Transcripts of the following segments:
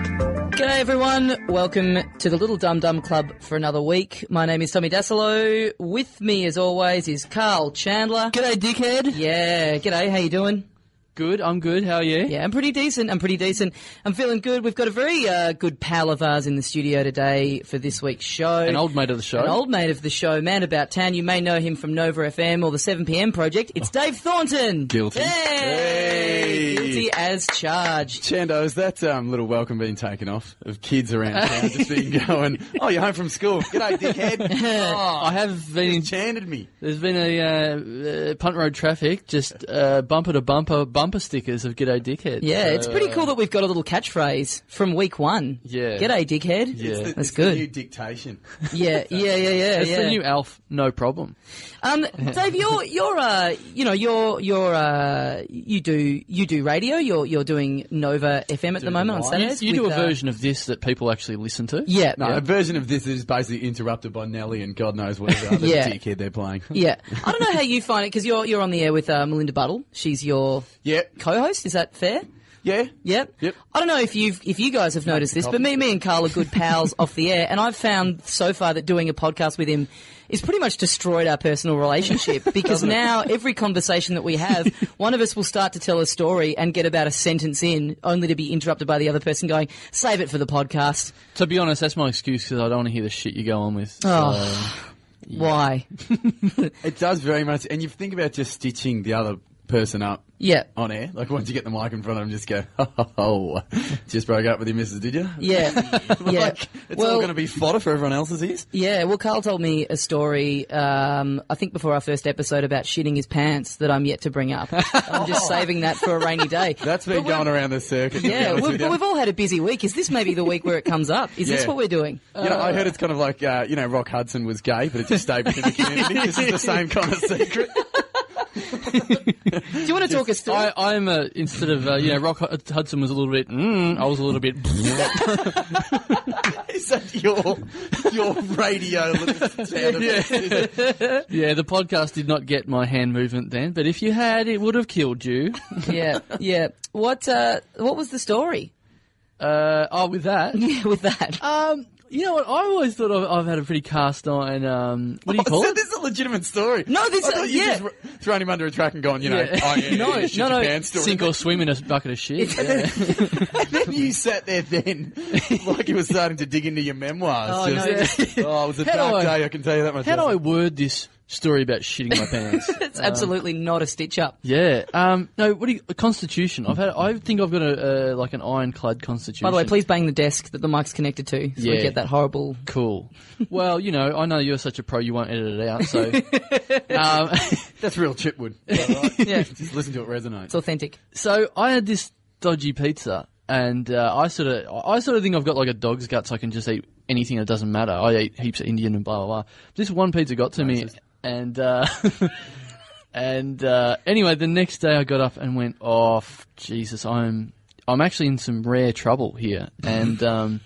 G'day everyone, welcome to the Little Dum Dum Club for another week. My name is Tommy Dasilo. With me as always is Carl Chandler. G'day, dickhead. Yeah, g'day, how you doing? Good, I'm good. How are you? Yeah, I'm pretty decent. I'm pretty decent. I'm feeling good. We've got a very uh, good pal of ours in the studio today for this week's show. An old mate of the show. An old mate of the show, man about town. You may know him from Nova FM or the 7 p.m. project. It's Dave Thornton. Oh. Guilty. Hey! Hey! Guilty as charged. Chando, is that um, little welcome being taken off of kids around town just being going, oh, you're home from school. G'day, dickhead. Oh, I have been in. Enchanted me. There's been a uh, uh, punt road traffic, just uh, bumper to bumper bumper stickers of "G'day, dickhead." Yeah, So, it's pretty cool that we've got a little catchphrase from week one. Yeah. G'day, dickhead. Yeah. It's the- That's It's The new good. dictation. Yeah, yeah, yeah, yeah. It's yeah. the new Alf, no problem. Um, Dave, you're you're uh, you know you're you're uh, you do you do radio. You're you're doing Nova FM at the moment on live. You, Saturdays. you do a with, uh, version of this that people actually listen to. Yeah, No, yeah. a version of this is basically interrupted by Nelly and God knows what other Yeah. dickhead they're playing. yeah. I don't know how you find it because you're you're on the air with uh, Melinda Buttle. She's your Yeah. co-host. Is that fair? Yeah. Yep. Yep. I don't know if you have if you guys have noticed this, but me, me and Carl are good pals off the air, and I've found so far that doing a podcast with him is pretty much destroyed our personal relationship because now every conversation that we have, one of us will start to tell a story and get about a sentence in, only to be interrupted by the other person going, "Save it for the podcast." To be honest, that's my excuse because I don't want to hear the shit you go on with. Oh. Why? It does very much. And you think about just stitching the other person up Yeah. on air. Like once you get the mic in front of them, just go, oh, just broke up with your missus, did you? Yeah. Yeah. Like, it's all Well- going to be fodder for everyone else's ears. Yeah, well, Carl told me a story, um, I think before our first episode, about shitting his pants that I'm yet to bring up. I'm just saving that for a rainy day. That's been going around the circuit. to be yeah, honest we've, with you. we've all had a busy week. Is this maybe the week where it comes up? Is this Yeah. what we're doing? You know, I heard it's kind of like, uh, you know, Rock Hudson was gay, but it just stayed within the community. this is the same kind of secret. Do you want to talk us through? I, I'm a, instead of uh, you know Rock Hud- Hudson was a little bit, mm, I was a little bit. Is that your, your radio little sound effect? yeah, the podcast did not get my hand movement then, but if you had, it would have killed you. yeah, yeah. What uh, What was the story Uh, oh, with that. with that? Um, you know what? I always thought I've, I've had a pretty cast iron. Um, what do you call Oh, so it? this is a legitimate story. No, this- I thought you yeah. just r- thrown him under a truck and gone, you know, Yeah. oh, yeah, no, yeah, shit no, your no. pants story. Sink or swim in a bucket of shit. Yeah. and then you sat there then, like you were starting to dig into your memoirs. Oh, no, just, oh, it was a How do dark I- day, I can tell you that much. How do I Elsa. word this story about shitting my pants? It's absolutely not a stitch up. yeah. Um, no. What do you? A constitution. I've had. I think I've got a uh, like an ironclad constitution. By the way, please bang the desk that the mic's connected to, so we Yeah. get that horrible. Cool. Well, you know, I know you're such a pro, you won't edit it out. So, um, That's real chipwood. Alright. Yeah. just listen to it resonate. It's authentic. so I had this dodgy pizza, and uh, I sort of, I sort of think I've got like a dog's guts. I can just eat anything that doesn't matter. I eat heaps of Indian and blah blah blah. This one pizza got to me, Racist. and uh, and uh, anyway, the next day I got up and went, "Oh f- Jesus, I'm I'm actually in some rare trouble here," and. Um,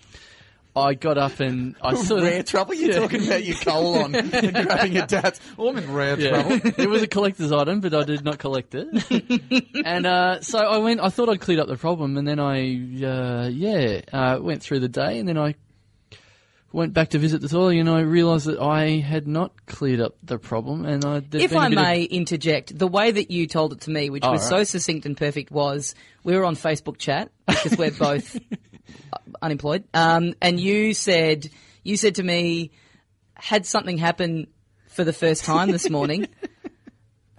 I got up and I sort of Rare trouble? You're Yeah. talking about your colon and grabbing your dad's. Oh, I'm in rare trouble. Yeah. it was a collector's item, but I did not collect it. and uh, so I went. I thought I'd cleared up the problem, and then I, uh, yeah, uh, went through the day, and then I went back to visit the toilet, and I realised that I had not cleared up the problem, and I. there'd If been a I bit of- may interject, the way that you told it to me, which was so succinct and perfect, was we were on Facebook chat because we're both uh, unemployed, um, and you said you said to me, had something happen for the first time this morning,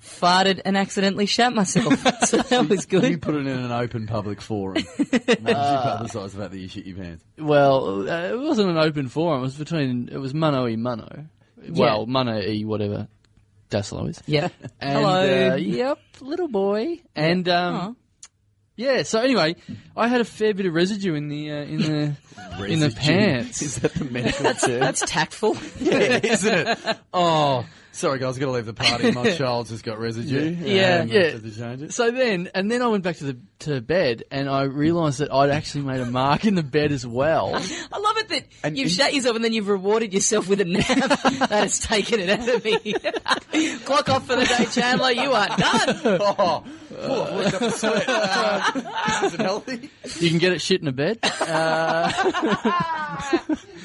farted and accidentally shat myself. So that was You good. put it in an open public forum. Maybe you publicise about the shit your pants. well, uh, it wasn't an open forum. It was between. It was mano e mano. Well, mano e whatever. Dasilo is. Yeah. And, Hello. Uh, yep, little boy. And um, yeah. So anyway, I had a fair bit of residue in the uh, in the in the Residue. Is pants. that the medical term? That's tactful. yeah, isn't it? Oh, sorry guys, got to leave the party. My child's just got residue. Yeah. Yeah. Um, just had to change it. So then, and then I went back to the to bed, and I realised that I'd actually made a mark in the bed as well. I love it that And you've in- shat yourself and then you've rewarded yourself with a nap. that has taken it out of me. Clock off for the day, Chandler. You are done. Oh, Oh, I've worked up a sweat. this isn't healthy. You can get it shit in a bed.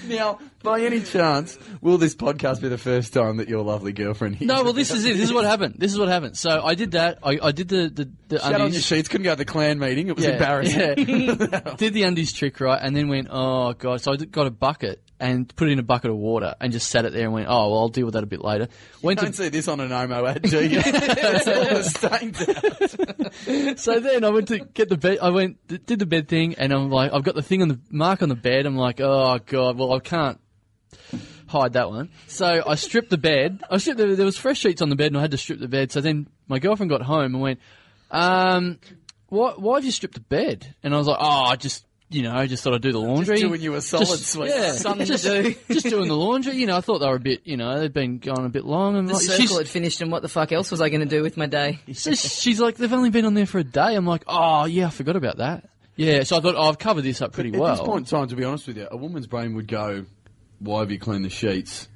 Now, by any chance, will this podcast be the first time that your lovely girlfriend hears? No, well, this is it. This is what happened. This is what happened. So I did that. I, I did the the, the Shout on your undies- sheets. Couldn't go to the clan meeting. It was Yeah, embarrassing. yeah. did the undies trick right, and then went, oh god. So I got a bucket and put it in a bucket of water and just sat it there and went, oh well, I'll deal with that a bit later. Went Don't to see this on an Omo ad, do you? it's all the stains out. so then I went to get the bed. I went d- did the bed thing, and I'm like, I've got the thing on the mark on the bed. I'm like, oh god, well I can't hide that one. So I stripped the bed. I stripped the, there was fresh sheets on the bed, and I had to strip the bed. So then my girlfriend got home and went, um, why, why have you stripped the bed? And I was like, oh, I just. You know, I just thought I'd do the laundry. doing you a solid, sweet. yeah, Something to just, do. just doing the laundry. You know, I thought they were a bit. You know, they've been going a bit long. And The like, circle she's- had finished, and what the fuck else was I going to do with my day? so she's like, they've only been on there for a day. I'm like, oh yeah, I forgot about that. Yeah, so I thought oh, I've covered this up pretty well. At this point in time, to be honest with you, a woman's brain would go, "Why have you cleaned the sheets?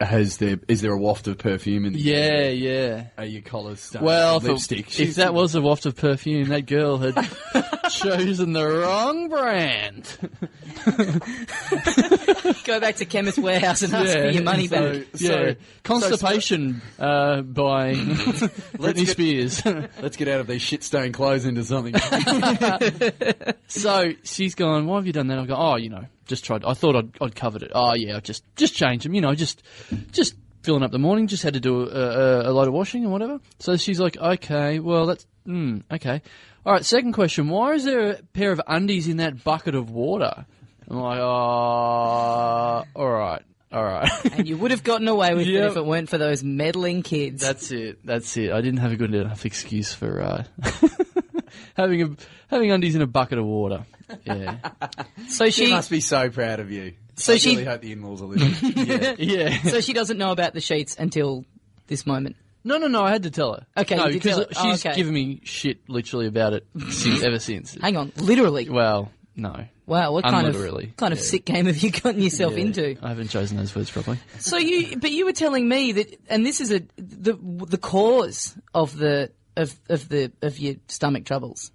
Has there is there a waft of perfume in the yeah, yeah. Are your collars stained? Well, if, it- lipstick. if that was a waft of perfume, that girl had chosen the wrong brand. Go back to Chemist Warehouse and ask for your money so- back. Yeah, So- constipation uh, by Britney get- Spears. let's get out of these shit-stained clothes into something. So she's gone. Why have you done that? I go. Oh, you know, just tried. I thought I'd, I'd covered it. Oh yeah, I just just changed them. You know, just just filling up the morning. Just had to do a, a, a load of washing and whatever. So she's like, okay, well that's mm, okay. All right. Second question. Why is there a pair of undies in that bucket of water? I'm like, oh, all right, all right. And you would have gotten away with Yep. it if it weren't for those meddling kids. That's it. That's it. I didn't have a good enough excuse for uh, having a having undies in a bucket of water. Yeah. so she she, must be so proud of you. So I she- really hope the in-laws are listening. yeah. yeah. so she doesn't know about the sheets until this moment. No, no, no. I had to tell her. Okay, no, you did tell her. she's Oh, okay. given me shit literally about it since, ever since. Hang on, literally. Well, no, Wow, what kind of Unliterally. kind of sick game have you gotten yourself Yeah, into? I haven't chosen those words properly. So you, but you were telling me that, and this is a the the cause of the of of the of your stomach troubles.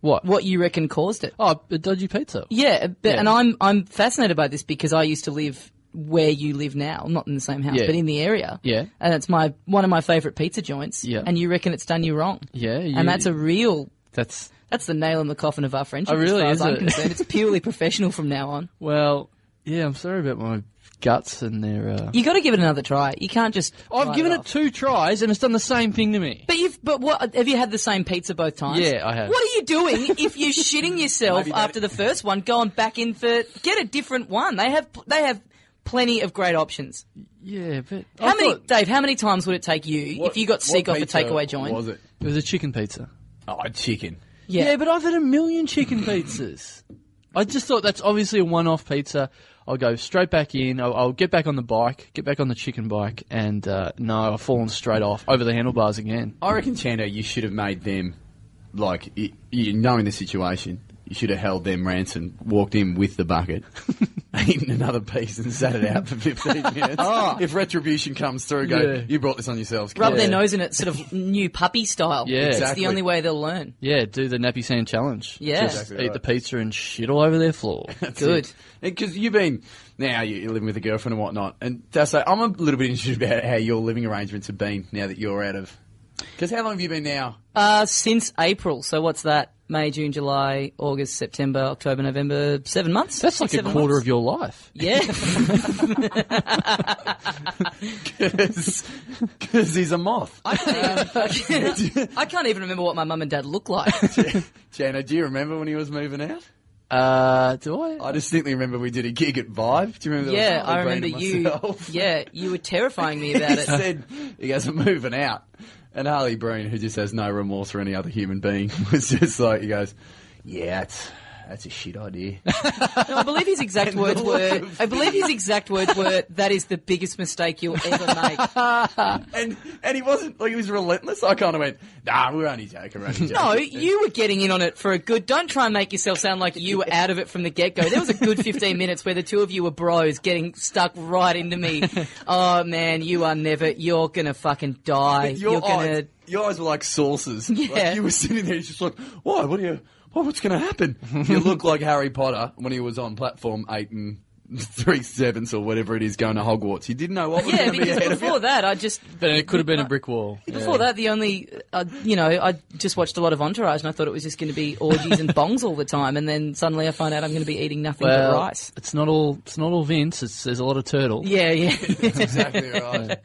What? What you reckon caused it? Oh, a dodgy pizza. Yeah, but, Yeah. and I'm I'm fascinated by this because I used to live where you live now, not in the same house, Yeah. but in the area. Yeah. and it's my one of my favourite pizza joints. Yeah. and you reckon it's done you wrong. Yeah, you- and that's a real. That's That's the nail in the coffin of our friendship. Oh, as really, far is as I'm it? concerned, it's purely professional from now on. well. Yeah, I'm sorry about my guts and their. Uh... You got to give it another try. You can't just. I've write given off. it two tries and it's done the same thing to me. But you've but what have you had the same pizza both times? Yeah, I have. What are you doing if you're shitting yourself Maybe that- after the first one? Going back in for get a different one. They have they have plenty of great options. Yeah, but oh, How I many thought Dave? How many times would it take you if you got sick what off a pizza takeaway joint? Was it? It was a chicken pizza. Oh, chicken. Yeah. but I've had a million chicken pizzas. I just thought that's obviously a one-off pizza. I'll go straight back in. I'll, I'll get back on the bike, get back on the chicken bike, and uh, no, I've fallen straight off over the handlebars again. I reckon, Chando, you should have made them, like, you, you knowing the situation, you should have held them ransom, walked in with the bucket, eaten another piece, and sat it out for 15 minutes. If retribution comes through, go, Yeah. you brought this on yourselves. Oh. Rub kids." their nose in it, sort of new puppy style. Yeah. it's Exactly. the only way they'll learn. Yeah, do the nappy sand challenge. Yeah. Just Exactly eat right. the pizza and shit all over their floor. Good. Because you've been now you- you're living with a girlfriend and whatnot, and that's like, I'm a little bit interested about how your living arrangements have been now that you're out of. Because how long have you been now? Uh, since April. So what's that? May, June, July, August, September, October, November. Seven months. That's like a Seven quarter months. of your life. Yeah. Because he's a moth. I can't, even, I can't even remember what my mum and dad look like. Jana, do you remember when he was moving out? Uh, do I? I distinctly remember we did a gig at Vibe. Do you remember? yeah, that was I Brandon remember you. myself? Yeah, you were terrifying me about he it. said he goes, "I'm moving out," and Harley Breen, who just has no remorse for any other human being, was just like, he goes, "Yeah, it's that's a shit idea. No, I believe his exact words were. I believe his exact words were, "That is the biggest mistake you'll ever make." and and he wasn't like he was relentless. I kind of went, nah, we're only joking. We're only joking. No, you were getting in on it for a good. Don't try and make yourself sound like you were out of it from the get go. There was a good 15 minutes where the two of you were bros getting stuck right into me. Oh man, you are never. You're gonna fucking die. your you're eyes, gonna. your eyes were like saucers. Like, Yeah. you were sitting there, just like, why? What are you? Why, what's going to happen? you look like Harry Potter when he was on platform eight and three sevenths or whatever it is going to Hogwarts. He didn't know what was Yeah, going to be because ahead of before you. that, I just. Then it could have been a brick wall. Before that, the only, uh, you know, I just watched a lot of Entourage and I thought it was just going to be orgies and bongs all the time, and then suddenly I find out I'm going to be eating nothing but Well, rice. it's not all. It's not all Vince. It's, there's a lot of turtle. Yeah, yeah. exactly right.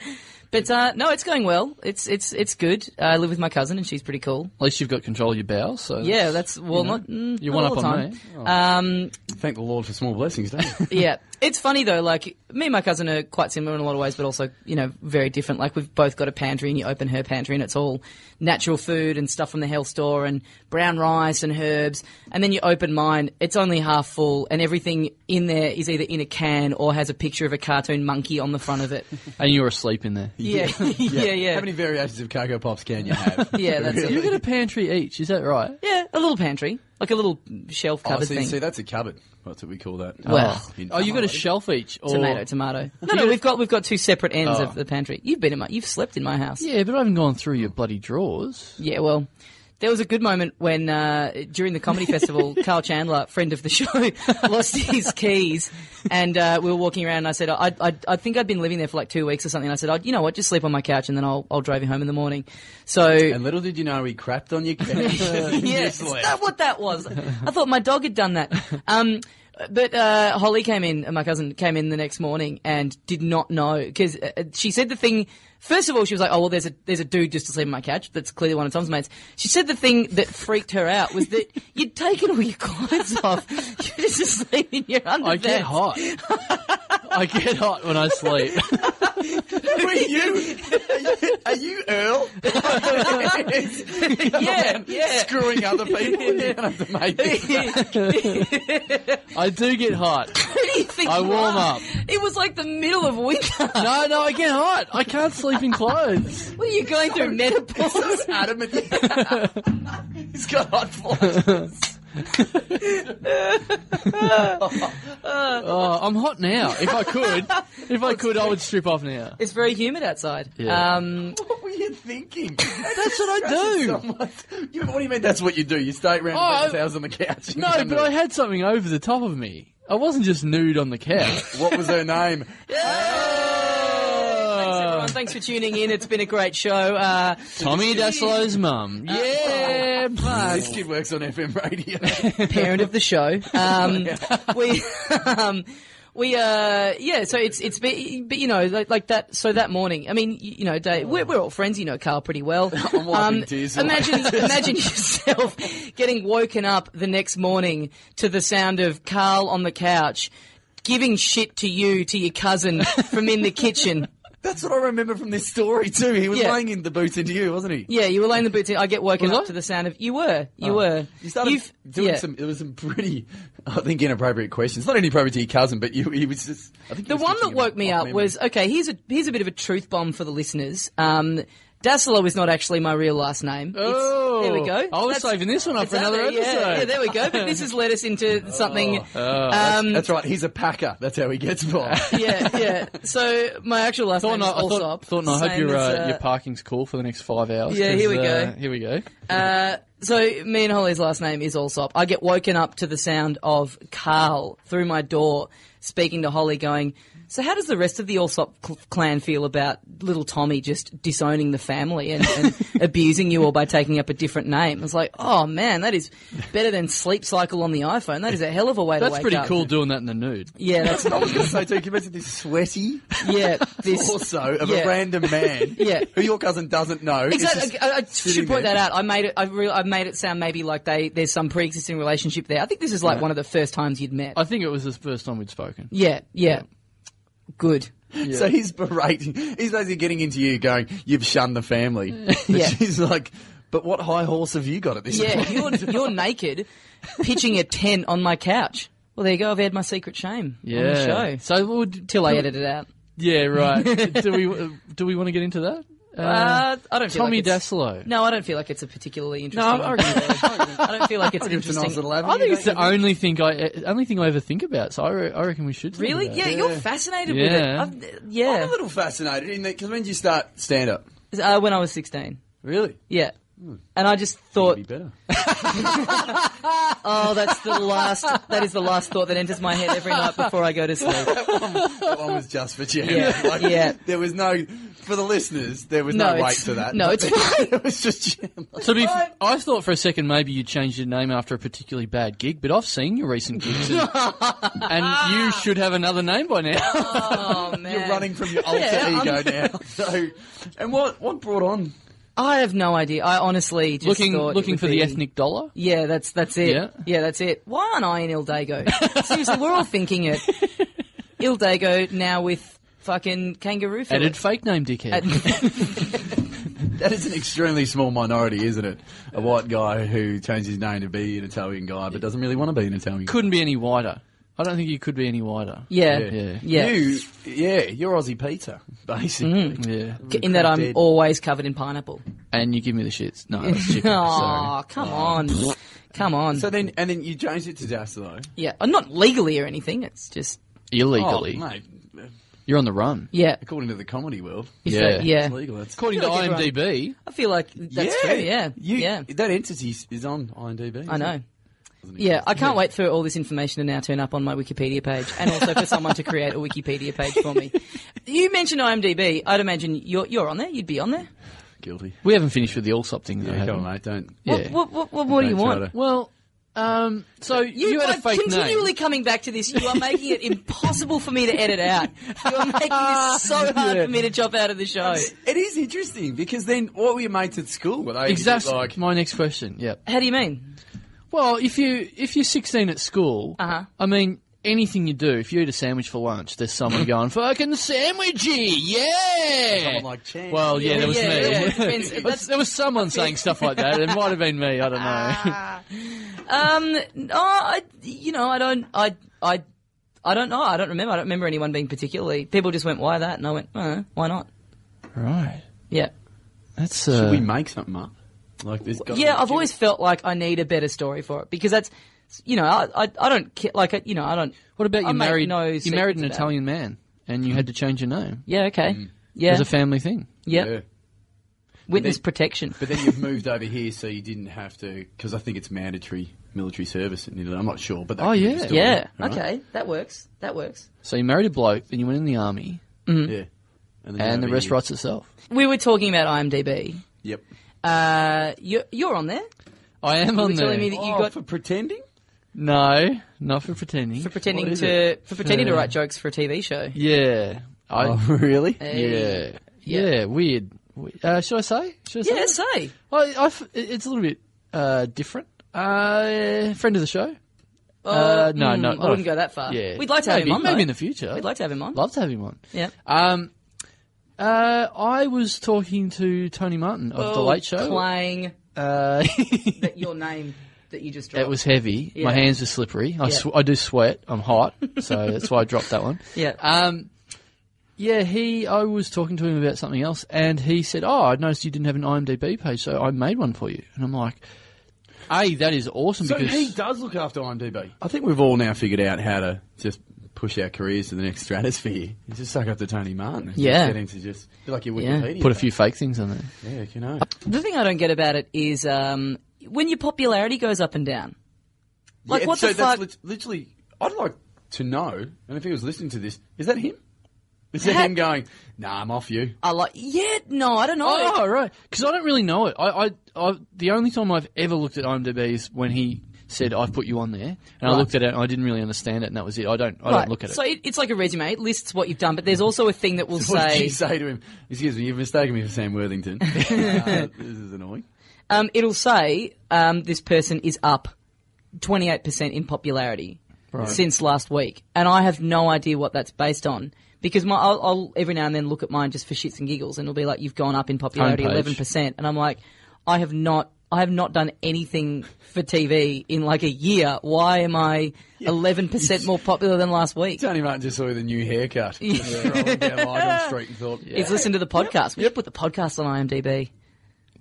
but uh, no, it's going well. It's it's it's good. I live with my cousin and she's pretty cool. At least you've got control of your bowels. So Yeah, that's well, not mm, You not one all up the on time. me. Oh. Um, Thank the Lord for small blessings, don't you? yeah, it's funny though. Like me and my cousin are quite similar in a lot of ways, but also you know very different. Like we've both got a pantry, and you open her pantry, and it's all natural food and stuff from the health store, and brown rice and herbs. And then you open mine; it's only half full, and everything in there is either in a can or has a picture of a cartoon monkey on the front of it. And you were asleep in there. Yeah, yeah, yeah. How many variations of Cocoa Pops can you have? Yeah, that's it. You got a pantry each. Is that right? yeah, a little pantry, like a little shelf Oh, cupboard see, thing. see, that's a cupboard. That's what we call that. Well. In- Oh, you got a shelf each. Or... Tomato, tomato. No, no, we've got we've got two separate ends Oh. of the pantry. You've been in my, you've slept in my house. Yeah, but I haven't gone through your bloody drawers. Yeah, well, there was a good moment when uh, during the comedy festival, Carl Chandler, friend of the show, lost his keys, and uh, we were walking around. and I said, I, I, I think I'd been living there for like two weeks or something. And I said, oh, you know what, just sleep on my couch, and then I'll I'll drive you home in the morning. So. And little did you know he crapped on your couch. yeah, Yes, is that what that was? I thought my dog had done that. Um, but uh, Holly came in, my cousin came in the next morning and did not know because uh, she said the thing. First of all, she was like, "Oh well, there's a there's a dude just asleep on my couch. That's clearly one of Tom's mates." She said the thing that freaked her out was that you'd taken all your clothes off. You're just asleep in your underpants. I get hot. I get hot when I sleep. Were you? Are you Earl? Yeah, yeah. Screwing other people. You don't have to make this up. I do get hot. What do you think I you warm are? up. It was like the middle of winter. No, no, I get hot. I can't sleep in clothes. What are you going through menopause? It's adamant. He's got hot flies. Oh, I'm hot now. If I could, if I could, I would strip off now. It's very humid outside. Yeah. Um, What were you thinking? That's what I do. You, what do you mean that's what you do? You stay around Oh, the I- house on the couch. No, but I had something over the top of me. I wasn't just nude on the couch. What was her name? Thanks, everyone. Uh. Thanks for tuning in. It's been a great show. Uh, Tommy Daslow's mum. Yeah. this kid works on FM radio. parent of the show. Um, we, um, we, uh, yeah. So it's it's been, but you know, like, like that. So that morning, I mean, y- you know, Dave, we're, we're all friends. You know, Carl pretty well. Um, I'm wiping tears away. imagine, imagine yourself getting woken up the next morning to the sound of Carl on the couch. Giving shit to you, to your cousin from in the kitchen. That's what I remember from this story too. He was Yeah. laying in the boots into you, wasn't he? Yeah, you were laying the boots in. I get woken Was up I? to the sound of you were, you were. Oh. You started You've- doing yeah. some. It was some pretty, I think, inappropriate questions. Not only appropriate to your cousin, but you. He was just. I think he The was one that teaching him woke me off up memory. was okay. Here's a here's a bit of a truth bomb for the listeners. Um, Dasilo is not actually my real last name. It's- Oh, there we go. I was That's- saving this one up for another Exactly, episode. Oh, Uh, Yeah, yeah, there we go. But this has led us into something. um, That's right. He's a packer. That's how he gets by. yeah, yeah. So my actual last Thornton, name is I, I thought, Allsop. Thornton, I hope same your as, uh, uh, your parking's cool for the next five hours. Yeah, here we 'cause, go. uh, here we go. Uh, so me and Holly's last name is Allsop. I get woken up to the sound of Carl through my door speaking to Holly, going, "So how does the rest of the Allsop cl- clan feel about little Tommy just disowning the family and, and abusing you all by taking up a different name?" I was like, "Oh man, that is better than sleep cycle on the iPhone. That is a hell of a way to That's wake pretty up." cool doing that in the nude. Yeah, that's I was going to say too. Can you imagine this sweaty yeah. This torso of Yeah. a random man Yeah. who your cousin doesn't know? is Exactly. just I, I should sitting point there. that out. I made it. I, re- I made it sound maybe like they there's some pre-existing relationship there. I think this is like one of the first times you'd met. I think it was the first time we'd spoken. yeah, yeah. Good. So he's berating. He's basically getting into you, going, "You've shunned the family." But Yeah. she's like, But what high horse have you got at this Yeah, point? you're, you're naked pitching a tent on my couch. Well, there you go. I've had my secret shame on the Yeah. show. So would Till I edit it out. Yeah, right. do we do we want to get into that? Uh, Uh, I don't feel Tommy like it's- Daslow. No, I don't feel like it's a particularly interesting. I reckon- I don't feel like it's It's a nice interesting. little avenue, I think it's don't the only thing I only thing I ever think about. So I, re- I reckon we should. think Really? about Yeah, it. you're fascinated Yeah. with it. I've, you? I'm a yeah. little fascinated in that because when did you start stand up? Uh, when I was 16. Really? Yeah. And I just thought, Be better. oh, that's the last. That is the last thought that enters my head every night before I go to sleep. that one was just for Jan. Yeah, Like, yeah. There was no for the listeners. There was No, no, weight it's- to that. no, it's fine. it was just Jan. To be, f- I thought for a second maybe you changed your name after a particularly bad gig, but I've seen your recent gigs, and, and you should have another name by now. Oh man, You're running from your alter Yeah, ego now. So, and what what brought on? I have no idea. I honestly just looking thought it looking would for the be- ethnic dollar. Yeah, that's that's it. Yeah. Yeah, that's it. Why aren't I in Il Dago? Seriously, we're all thinking it. Il Dago now with fucking kangaroo. fillet. Added fake name, dickhead. That is an extremely small minority, isn't it? A white guy who changed his name to be an Italian guy, but doesn't really want to be an Italian. guy. Couldn't be any wider. I don't think you could be any wider. yeah, Yeah. yeah. You, yeah, you're Aussie Peter, basically. Yeah. Mm, in that I'm Dead. always covered in pineapple. And you give me the shits. No, that's chicken. sorry. Oh, come on, come on. So then, and then you changed it to Dasilo. yeah, I'm not legally or anything. It's just Illegally. Oh, mate, uh, You're on the run. yeah, according to the comedy world, Is Yeah. that- yeah. it's legal. That's According to feel like everyone- IMDb, I feel like that's yeah, true. Yeah, You- yeah, That entity s- is on IMDb. I isn't know. it? Doesn't Yeah, exist. I can't wait for all this information to now turn up on my Wikipedia page, and also for someone to create a Wikipedia page for me. You mentioned IMDb. I'd imagine you're you're on there. You'd be on there. guilty. we haven't finished with the Allsop thing. Though, Yeah, have come we? on, mate. Don't. Yeah. What what what, what do you Don't try want? to- Well, um, so you, You, had are a fake continually name. coming back to this. You are making it impossible for me to edit out. You are making this so hard for me to chop out of the show. It is interesting because then what were your mates at school? Were they Exactly. like my next question. Yep. How do you mean? Well, if you if you're 16 at school, Uh-huh. I mean anything you do, if you eat a sandwich for lunch, there's someone going fucking sandwichy, yeah. Someone like Chan. Well, yeah, there was Yeah, me. yeah, it depends. There was- That's- there was someone saying stuff like that. It might have been me. I don't Ah. know. Um, no, I, you know, I don't, I, I, I don't know. I don't remember. I don't remember anyone being particularly. People just went, "Why that?" And I went, oh, "Why not?" right. Yeah. That's should uh, we make something up? Like this. Yeah, I've always felt like I need a better story for it because that's, you know, I I, I don't ca- like I- you know I don't. What about I you make married? no you married an secrets about Italian man, and you had to change your name. Yeah. Okay. It Yeah. was Mm. a family thing. yeah. Yeah. Witness But then- protection. But then you've moved over here, so you didn't have to. Because I think it's mandatory military service in Italy. I'm not sure, but that Oh, could be yeah. the story, Yeah. all right? Okay. That works. That works. So you married a bloke, then you went in the army, Yeah. then and over the rest here. writes itself. We were talking about IMDb. Yep. Uh, you you're on there I am were on there. telling me that you oh, got- for pretending. No, not for pretending. for pretending is to it? for pretending to Uh, write jokes for a TV show. yeah. I, Oh, really? Hey. Yeah. Yeah, weird. We- Uh, should I say? Should I say? Yeah. that? Say. I, I f- it- it's a little bit uh, different. Uh, friend of the show? Uh, no, mm, no, I not wouldn't a- go that far. Yeah. We'd like to have Maybe- him on. Maybe though. in the future. We'd like to have him on. Love to have him on. Yeah. Um, uh, I was talking to Tony Martin of The Oh, Late Show. Playing Uh, that your name that you just dropped. It was heavy. My Yeah. hands were slippery. I, sw- I do sweat. I'm hot, so that's why I dropped that one. Yeah. Um, yeah. He. I was talking to him about something else, and he said, "Oh, I noticed you didn't have an IMDb page, so I made one for you." And I'm like, "Hey, that is awesome!" So because he does look after IMDb. I think we've all now figured out how to just push our careers to the next stratosphere. You just suck up to Tony Martin. And Yeah. Just get him to just be like your Yeah. Wikipedia. put a few fake things on there. Yeah, you know. The thing I don't get about it is um, when your popularity goes up and down. Like, Yeah, what so the that's fuck? lit- literally, I'd like to know, and if he was listening to this, is that him? Is that Ha- him going? Nah, I'm off you. I like, yeah, no, I don't know. Oh, right. Because I don't really know it. I, I, I, the only time I've ever looked at IMDb is when he said, "I've put you on there," and I Right. looked at it and I didn't really understand it, and that was it. I don't. I Right. don't look at it. So it, it's like a resume. It lists what you've done, but there's also a thing that will What did say, you say to him? Excuse me, you've mistaken me for Sam Worthington. Uh, this is annoying. um, it'll say um, this person is up 28% in popularity since last week, and I have no idea what that's based on. Because my, I'll, I'll every now and then look at mine just for shits and giggles, and it'll be like, "You've gone up in popularity Homepage. eleven percent," and I'm like, I have not. I have not done anything for TV in like a year. Why am I eleven percent more popular than last week? Tony Martin just saw the new haircut. Yeah. Rolling down Lygon Street and thought, He's listened to the podcast. We should put the podcast on IMDb.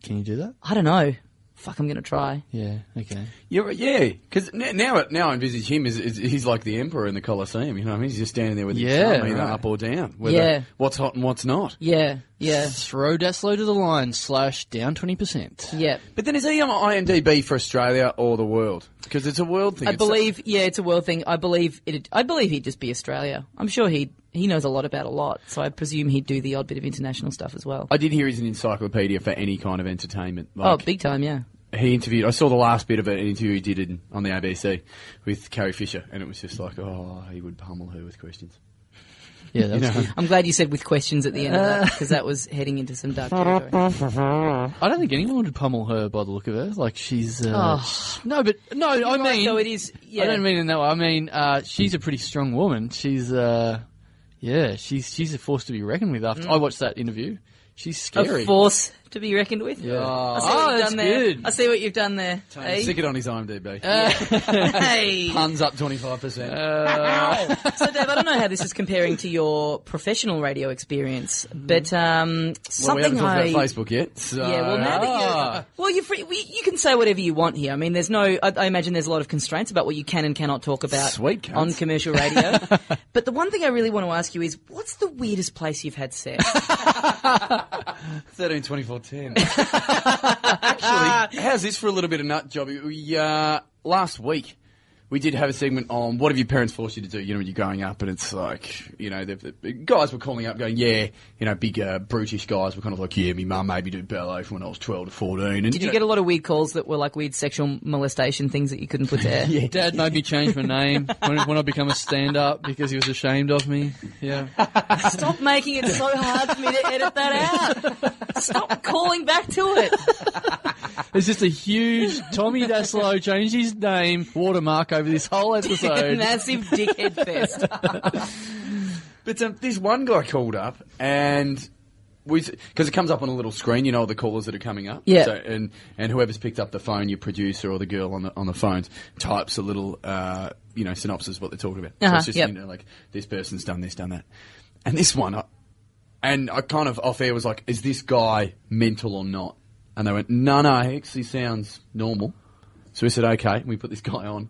Can you do that? I don't know. Fuck, I'm gonna try. Yeah. Okay. You're, right, yeah, because now, now I envisage him as, as he's like the emperor in the Colosseum. You know what I mean? He's just standing there with his Yeah, thumb either right. up or down. Whether Yeah. What's hot and what's not. Yeah, yeah, Throw Daslow to the line slash down twenty percent. yeah. But then is he on IMDb for Australia or the world? Because it's a world thing. I It's- believe, yeah, it's a world thing. I believe it. I believe he'd just be Australia. I'm sure he he knows a lot about a lot, so I presume he'd do the odd bit of international stuff as well. I did hear he's an encyclopedia for any kind of entertainment. oh, Like, big time, yeah. he interviewed. I saw the last bit of an interview he did in, on the ABC with Carrie Fisher, and it was just like, oh, he would pummel her with questions. Yeah. That's You know? good. I'm glad you said with questions at the end of that Uh. because that was heading into some dark territory. I don't think anyone would pummel her by the look of her. Like she's. Uh, Oh. No, but no. I right, mean, though, it is- yeah. I don't mean in that way. I mean, uh, she's a pretty strong woman. She's. Uh, yeah, she's she's a force to be reckoned with. Mm. After I watched that interview, she's scary. A force to be reckoned with. Yeah. I see what Oh, you've that's done there. good. I see what you've done there. Hey, Stick it on his IMDb. hey. Puns up twenty five percent. so Dave, I don't know how this is comparing to your professional radio experience, but um, Well, we something haven't talked I about Facebook yet. So. Yeah, well, now that Ah. you well, you free, we, you can say whatever you want here. I mean, there's no. I, I imagine there's a lot of constraints about what you can and cannot talk about Sweet cunts. on commercial radio. but the one thing I really want to ask you is, what's the weirdest place you've had sex? 13, 24, 10. Actually, how's this for a little bit of nut job? We, uh, last week, we did have a segment on what have your parents forced you to do, you know, when you're growing up, and it's like, you know, the, the guys were calling up going, yeah, you know, big uh, brutish guys were kind of like, yeah, my mum made me do ballet from when I was 12 to 14. And, Did you know, get a lot of weird calls that were like weird sexual molestation things that you couldn't put to air? Uh, Dad made me change my name when, when I become a stand-up because he was ashamed of me. Yeah. Stop making it so hard for me to edit that out. Stop calling back to it. It's just a huge Tommy Daslow changed his name watermark over this whole episode. Massive dickhead fest. But um, this one guy called up, and we because it comes up on a little screen, you know, the callers that are coming up. Yeah. So, and and whoever's picked up the phone, your producer or the girl on the on the phones types a little, uh, you know, synopsis of what they're talking about. So Uh-huh, it's just yep. you know, like this person's done this, done that, and this one, I, and I kind of off air was like, is this guy mental or not? And they went, no, no, he actually sounds normal. So we said, okay, and we put this guy on.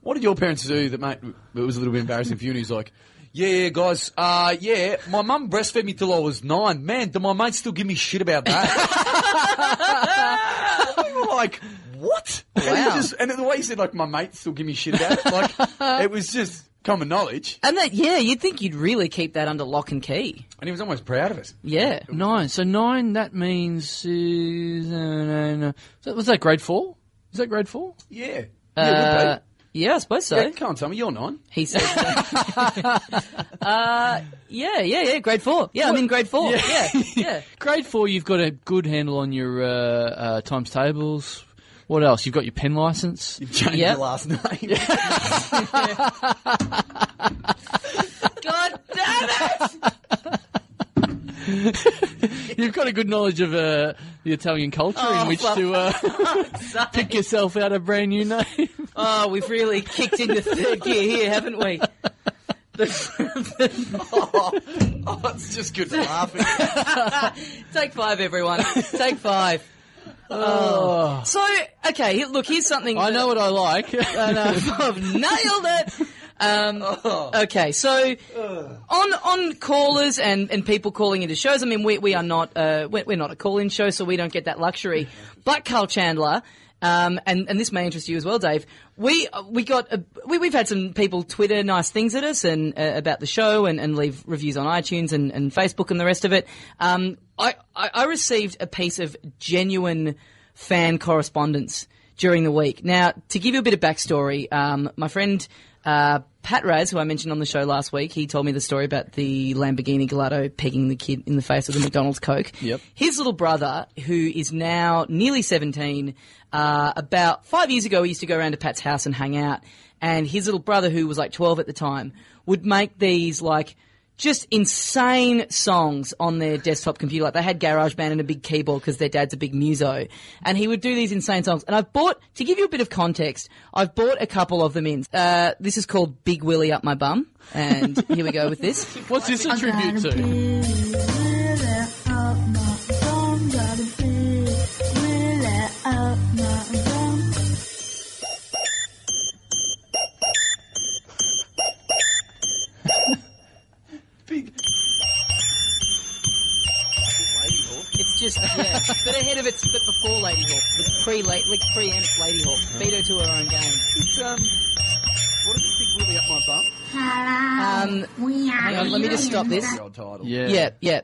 What did your parents do that, mate? It was a little bit embarrassing for you. And he's like, yeah, yeah, guys, uh, yeah, my mum breastfed me till I was nine. Man, do my mates still give me shit about that? we were like, what? And, he Wow. just, and the way he said, like, my mates still give me shit about it, like, it was just common knowledge. And that, yeah, you'd think you'd really keep that under lock and key. And he was almost proud of it. Yeah. Nine. So nine. That means uh, no, no. So was that grade four? Is that grade four? Yeah. yeah, it would Uh, be. yeah, I suppose so. Yeah, come on, Tommy, you're nine. He said, uh, "Yeah, yeah, yeah, grade four. Yeah, I'm in grade four. Yeah, yeah, Grade four. You've got a good handle on your uh, uh, times tables. What else? You've got your pen license. Change Yep. your last name. God damn it! You've got a good knowledge of uh, the Italian culture in which to uh, pick yourself out a brand new name. Oh, we've really kicked into third gear here, haven't we? The- Oh, it's just good for laughing. Take five, everyone. Take five. Oh. So, okay, here- look, here's something. I know what I like. I've uh, nailed it. Um, Okay, so on on callers and, and people calling into shows. I mean, we we are not uh, we're, we're not a call in show, so we don't get that luxury. But Carl Chandler. Um, and, and this may interest you as well, Dave. We uh, we got a, we, we've had some people Twitter nice things at us and uh, about the show and, and leave reviews on iTunes and, and Facebook and the rest of it. Um, I, I I received a piece of genuine fan correspondence during the week. Now, to give you a bit of backstory, um, my friend uh, Pat Raz, who I mentioned on the show last week, he told me the story about the Lamborghini Gallardo pegging the kid in the face with a McDonald's Coke. Yep. His little brother, who is now nearly 17, uh, about five years ago, we used to go around to Pat's house and hang out. And his little brother, who was like 12 at the time, would make these like just insane songs on their desktop computer. Like they had GarageBand and a big keyboard because their dad's a big muso. And he would do these insane songs. And I've bought, to give you a bit of context, I've bought a couple of them in. Uh, this is called Big Willy Up My Bum. And here we go with this. What's this a tribute to? It's just, yeah. but ahead of its, but before Lady Hawk. It's pre, like, pre and Lady Hawk. Beat her to her own game. It's, um, what is it, Big Willy Up My Bum? Um, hang on, let me just stop this. Old title. Yeah. Yeah, yeah.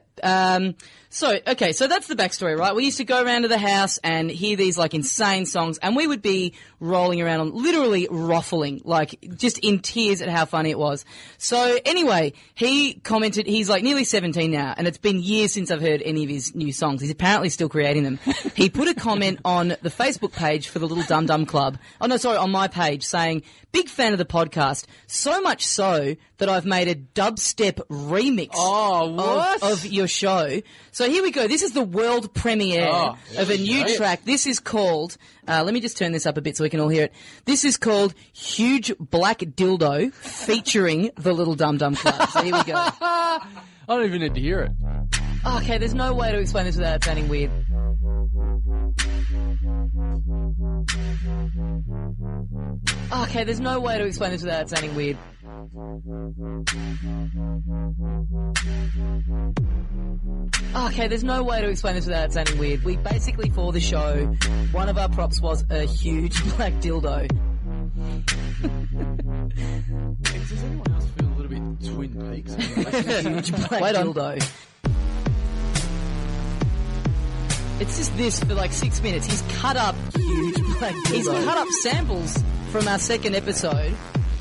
Um, so, okay, so that's the backstory, right? We used to go around to the house and hear these like insane songs, and we would be rolling around on literally ruffling, like just in tears at how funny it was. So, anyway, he commented, he's like nearly 17 now, and it's been years since I've heard any of his new songs. He's apparently still creating them. he put a comment on the Facebook page for the Little Dum Dum Club. Oh, no, sorry, on my page saying, Big fan of the podcast, so much so that I've made a dubstep remix Oh, what? of your show. So here we go. This is the world premiere Oh, of a new track. This is called. Uh, let me just turn this up a bit so we can all hear it. This is called "Huge Black Dildo" featuring the Little Dum Dum Club. So here we go. I don't even need to hear it. Okay, there's no way to explain this without it sounding weird. Okay, there's no way to explain this without it sounding weird. Okay, there's no way to explain this without it sounding weird. We basically, for the show, one of our props was a huge black dildo. Does anyone else feel a little bit Twin Peaks? huge black Wait dildo. It's just this for like six minutes. He's cut up huge black dildo. He's cut up samples from our second episode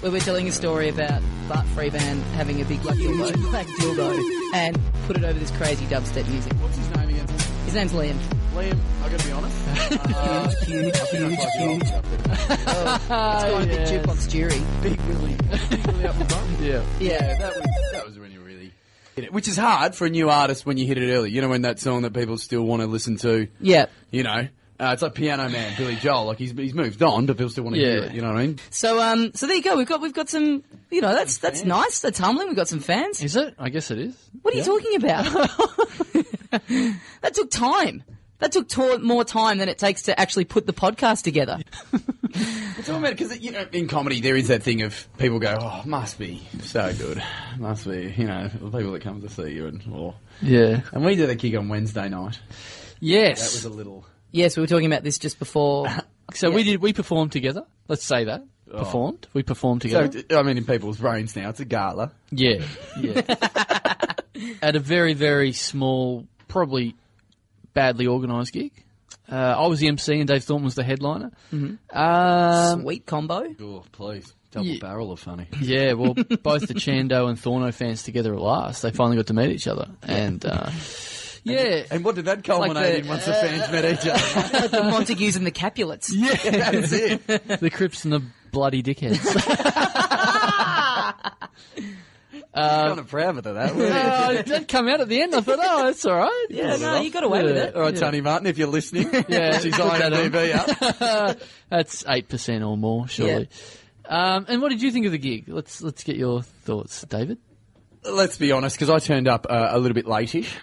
where we're telling a story about Bart Freeman having a big black dildo, black dildo and put it over this crazy dubstep music. What's his name again? His name's Liam. Liam, i got to be honest. Uh, Huge, huge, huge. It's It's got a big yes. jukebox jury. Big Willy. Big Willy Up My Bum. Yeah. Yeah. That was, that was when you really hit it. Which is hard for a new artist when you hit it early. You know, when that song that people still want to listen to, Yeah. you know. Uh, it's like Piano Man, Billy Joel. Like he's he's moved on, but people still want to hear Yeah. it. You know what I mean? So um so there you go. We've got we've got some you know, that's that's nice. That's humbling. We've got some fans. Is it? I guess it is. What are you talking about? that took time. That took to- more time than it takes to actually put the podcast together. It's all about because you know in comedy there is that thing of people go, oh, must be so good, must be you know the people that come to see you and or Yeah. and we did a gig on Wednesday night. That Yes. was a little Yes, we were talking about this just before. so we did. We performed together. Let's say that performed. We performed so together. I mean in people's brains now. It's a gala. yeah. Yeah. At a very very small, probably badly organised gig. Uh, I was the MC and Dave Thornton was the headliner. Mm-hmm. Um, Sweet combo. Oh please, double Yeah. barrel of funny. Yeah, well, both the Chando and Thorno fans together at last. They finally got to meet each other, and uh, yeah, And what did that culminate the- in once the fans met each other? the Montagues and the Capulets. yeah, that's it. the Crips and the bloody dickheads. kind of proud of that. weren't you? uh, it did come out at the end. I thought, oh, it's all right. Yeah, no, you got away with it. All right, Tony Martin, if you're listening, yeah, she's put that IMDb up. That's eight percent or more, surely. Um, and what did you think of the gig? Let's let's get your thoughts, David. Let's be honest, because I turned up uh, a little bit late-ish.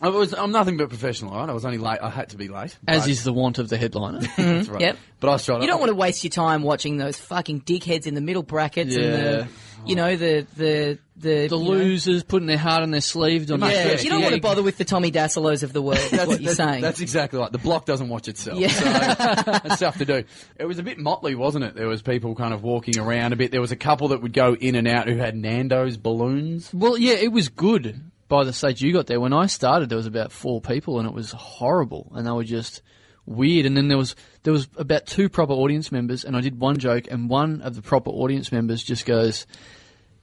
I was, I'm nothing but professional, all right? I was only late. I had to be late. As but- is the want of the headliner. that's right. mm-hmm. Yep. But I tried. You don't want to waste your time watching those fucking dickheads in the middle brackets and Yeah. the, you know, the the the, the you know- losers putting their heart on their sleeve. doing their Yeah, first you don't want to gig. bother with the Tommy Dassalos of the world. That's, what you're that's, saying. That's exactly right. The block doesn't watch itself. Yeah. So that's stuff to do. It was a bit motley, wasn't it? There was people kind of walking around a bit. There was a couple that would go in and out who had Nando's balloons. Well, yeah, it was good by the stage you got there. When I started, there was about four people, and it was horrible, and they were just weird. And then there was there was about two proper audience members, and I did one joke, and one of the proper audience members just goes,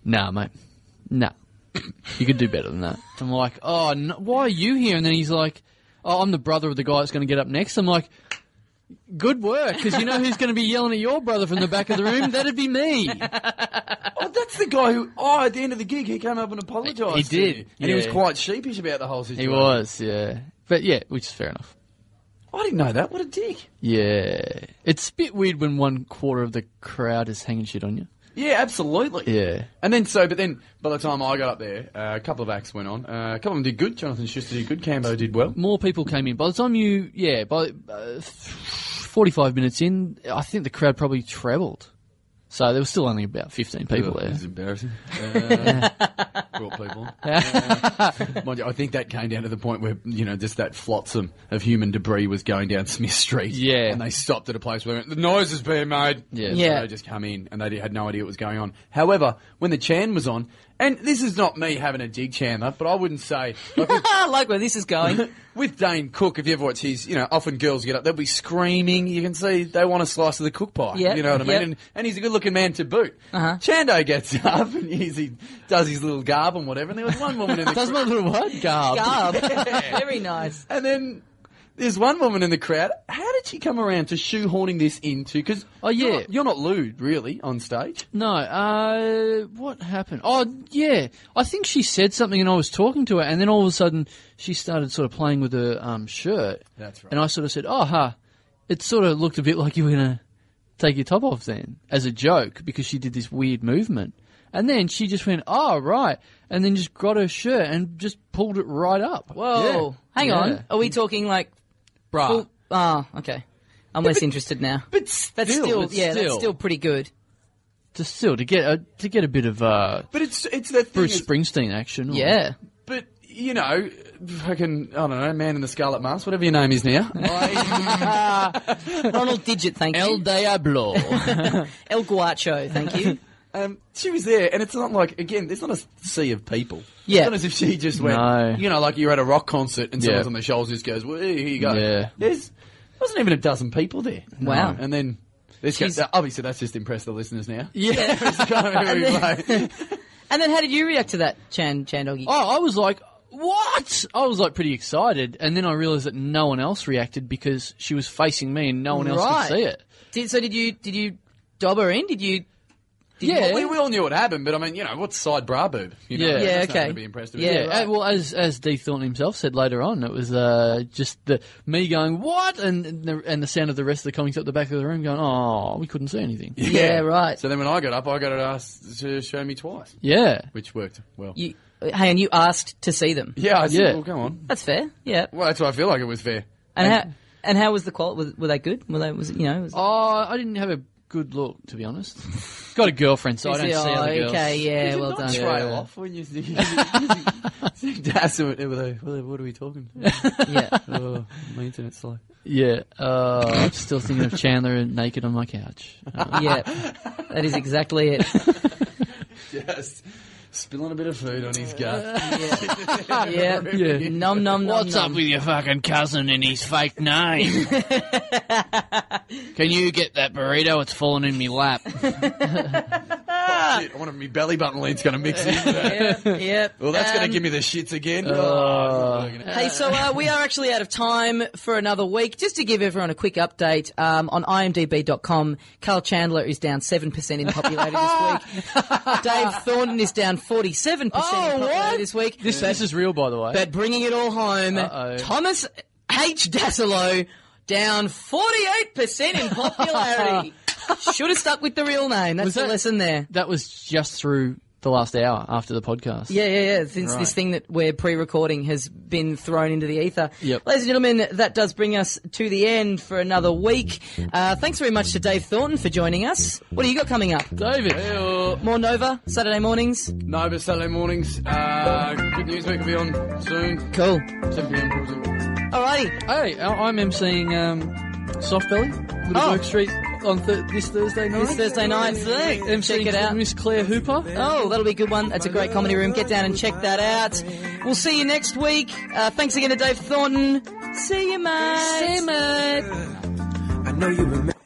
"Nah, mate, nah, you could do better than that." I'm like, "Oh, no, why are you here?" And then he's like, "Oh, I'm the brother of the guy that's going to get up next." I'm like. Good work, because you know who's going to be yelling at your brother from the back of the room? That'd be me. I Uh, that's the guy who, oh, at the end of the gig, he came up and apologised. He to did, you. And he was yeah. quite sheepish about the whole He situation. was, yeah. But yeah, which is fair enough. I didn't know that. What a dick. Yeah. It's a bit weird when one quarter of the crowd is hanging shit on you. Yeah, absolutely. Yeah. And then so, but then by the time I got up there, uh, a couple of acts went on. Uh, a couple of them did good. Jonathan Schuster did good. Cambo did well. More people came in. By the time you, yeah, by uh, 45 minutes in, I think the crowd probably trebled. So there was still only about 15 people This there. is embarrassing. Uh, brought people. Uh, mind you, I think that came down to the point where you know just that flotsam of human debris was going down Smith Street. Yeah. and they stopped at a place where they went, the noise is being made. Yeah. So Yeah. they just come in and they did- had no idea what was going on. However, when the Chan was on, and this is not me having a dig Chandler, but I wouldn't say like, with- I like where this is going. with Dane Cook, if you ever watch his, you know, often girls get up, they'll be screaming. You can see they want a slice of the cook pie. Yep, You know what I mean? yep. And, and he's a good looking man to boot. Uh-huh. Chando gets up and he's, he does his little garb and whatever. And there was one woman in the Does my little what? Garb. Garb. Very nice. And then there's one woman in the crowd. How did she come around to shoehorning this into? Because Oh, yeah. you're not, you're not lewd, really, on stage. No, uh, what happened? Oh, yeah. I think she said something and I was talking to her and then all of a sudden she started sort of playing with her, um, shirt. That's right. And I sort of said, oh, ha. It sort of looked a bit like you were going to take your top off then as a joke because she did this weird movement. And then she just went, oh, right. And then just got her shirt and just pulled it right up. Whoa. Hang Yeah. on. Are we talking like Bruh. full? Ah, okay. I'm less interested now. But still, That's still, but yeah, that's still. still pretty good. To still, to get a, to get a bit of, uh, but it's it's that thing Bruce is- Springsteen action. or- Yeah. But you know, fucking I don't know, man in the scarlet mask, whatever your name is now. Ronald Digit, thank El you. Diablo. El Guacho, thank you. Um, she was there, and it's not like again, there's not a sea of people. Yeah. it's not as if she just went. No. You know, like you're at a rock concert, and someone's Yeah. on the shoulders just goes, "Well, here you go." Yeah. There's wasn't even a dozen people there. Wow. And then this She's- goes, obviously that's just impressed the listeners now. yeah. It's kind of every way. And then how did you react to that, Chan Chandoggy? Oh, I was like, what? I was like pretty excited, and then I realised that no one else reacted because she was facing me and no one else Right. could see it. Did, so did you did you dob her in? Did you? Did you- Well, we, we all knew what happened, but I mean, you know, what's side bra boob? You know, Yeah. that's Yeah, not okay. gonna Be impressed with Yeah, Yeah, it. right. uh, well, as as D Thornton himself said later on, it was uh, just the me going what, and and the, and the sound of the rest of the comics up the back of the room going, oh, we couldn't see anything. yeah, right. So then when I got up, I got asked to show me twice, Yeah, which worked well. you, hey, and you asked to see them. yeah, I said, Yeah. well, come on. That's fair. Yeah. Well, that's why I feel like it was fair. And how and how was the quality? Was, were they good? Were they was it, you know? Was, oh, I didn't have a good look to be honest. Got a girlfriend, so Oh, I don't see other girls. okay, yeah, Did well not done. trail Yeah. off when you seemed absolute. It was like, "Well, what are we talking? Yeah. oh, my internet's slow. Yeah, uh, I'm still thinking of Chandler naked on my couch. yeah, that is exactly it. Just spilling a bit of food on his gut. Yeah, Yeah. Nom nom nom. What's up nom. with your fucking cousin and his fake name? Can you get that burrito? It's fallen in my lap. Oh, Shit, I wanted my belly button lean's going to mix in. Yeah, yeah. Well, that's going Um, to give me the shits again. Oh, Hey, so uh, we are actually out of time for another week. Just to give everyone a quick update um, on imdb.com, Carl Chandler is down 7% in popularity this week. Dave Thornton is down 47% in popularity Oh, this week. This, this is real, by the way. But bringing it all home, Uh-oh. Thomas H. Dasilo down 48% in popularity. Should have stuck with the real name. That's Was the that- lesson there. that was just through the last hour after the podcast. Yeah, yeah, yeah. Since this Right. thing that we're pre-recording has been thrown into the ether. Yep. Ladies and gentlemen, that does bring us to the end for another week. Uh, thanks very much to Dave Thornton for joining us. What do you got coming up? David. More Nova Saturday mornings. No, but Saturday mornings, uh, good news week will be on soon. Cool. 7 p.m. Brazil. Alrighty. Hey, I- I'm emceeing um, Soft Belly with Oh. Work Street on th- this Thursday night. This Thursday night. So, check Emceeing it out. Miss Claire Hooper. Oh, that'll be a good one. That's a great comedy room. Get down and check that out. We'll see you next week. Uh, thanks again to Dave Thornton. See you, mate. See you, mate. I know you remember.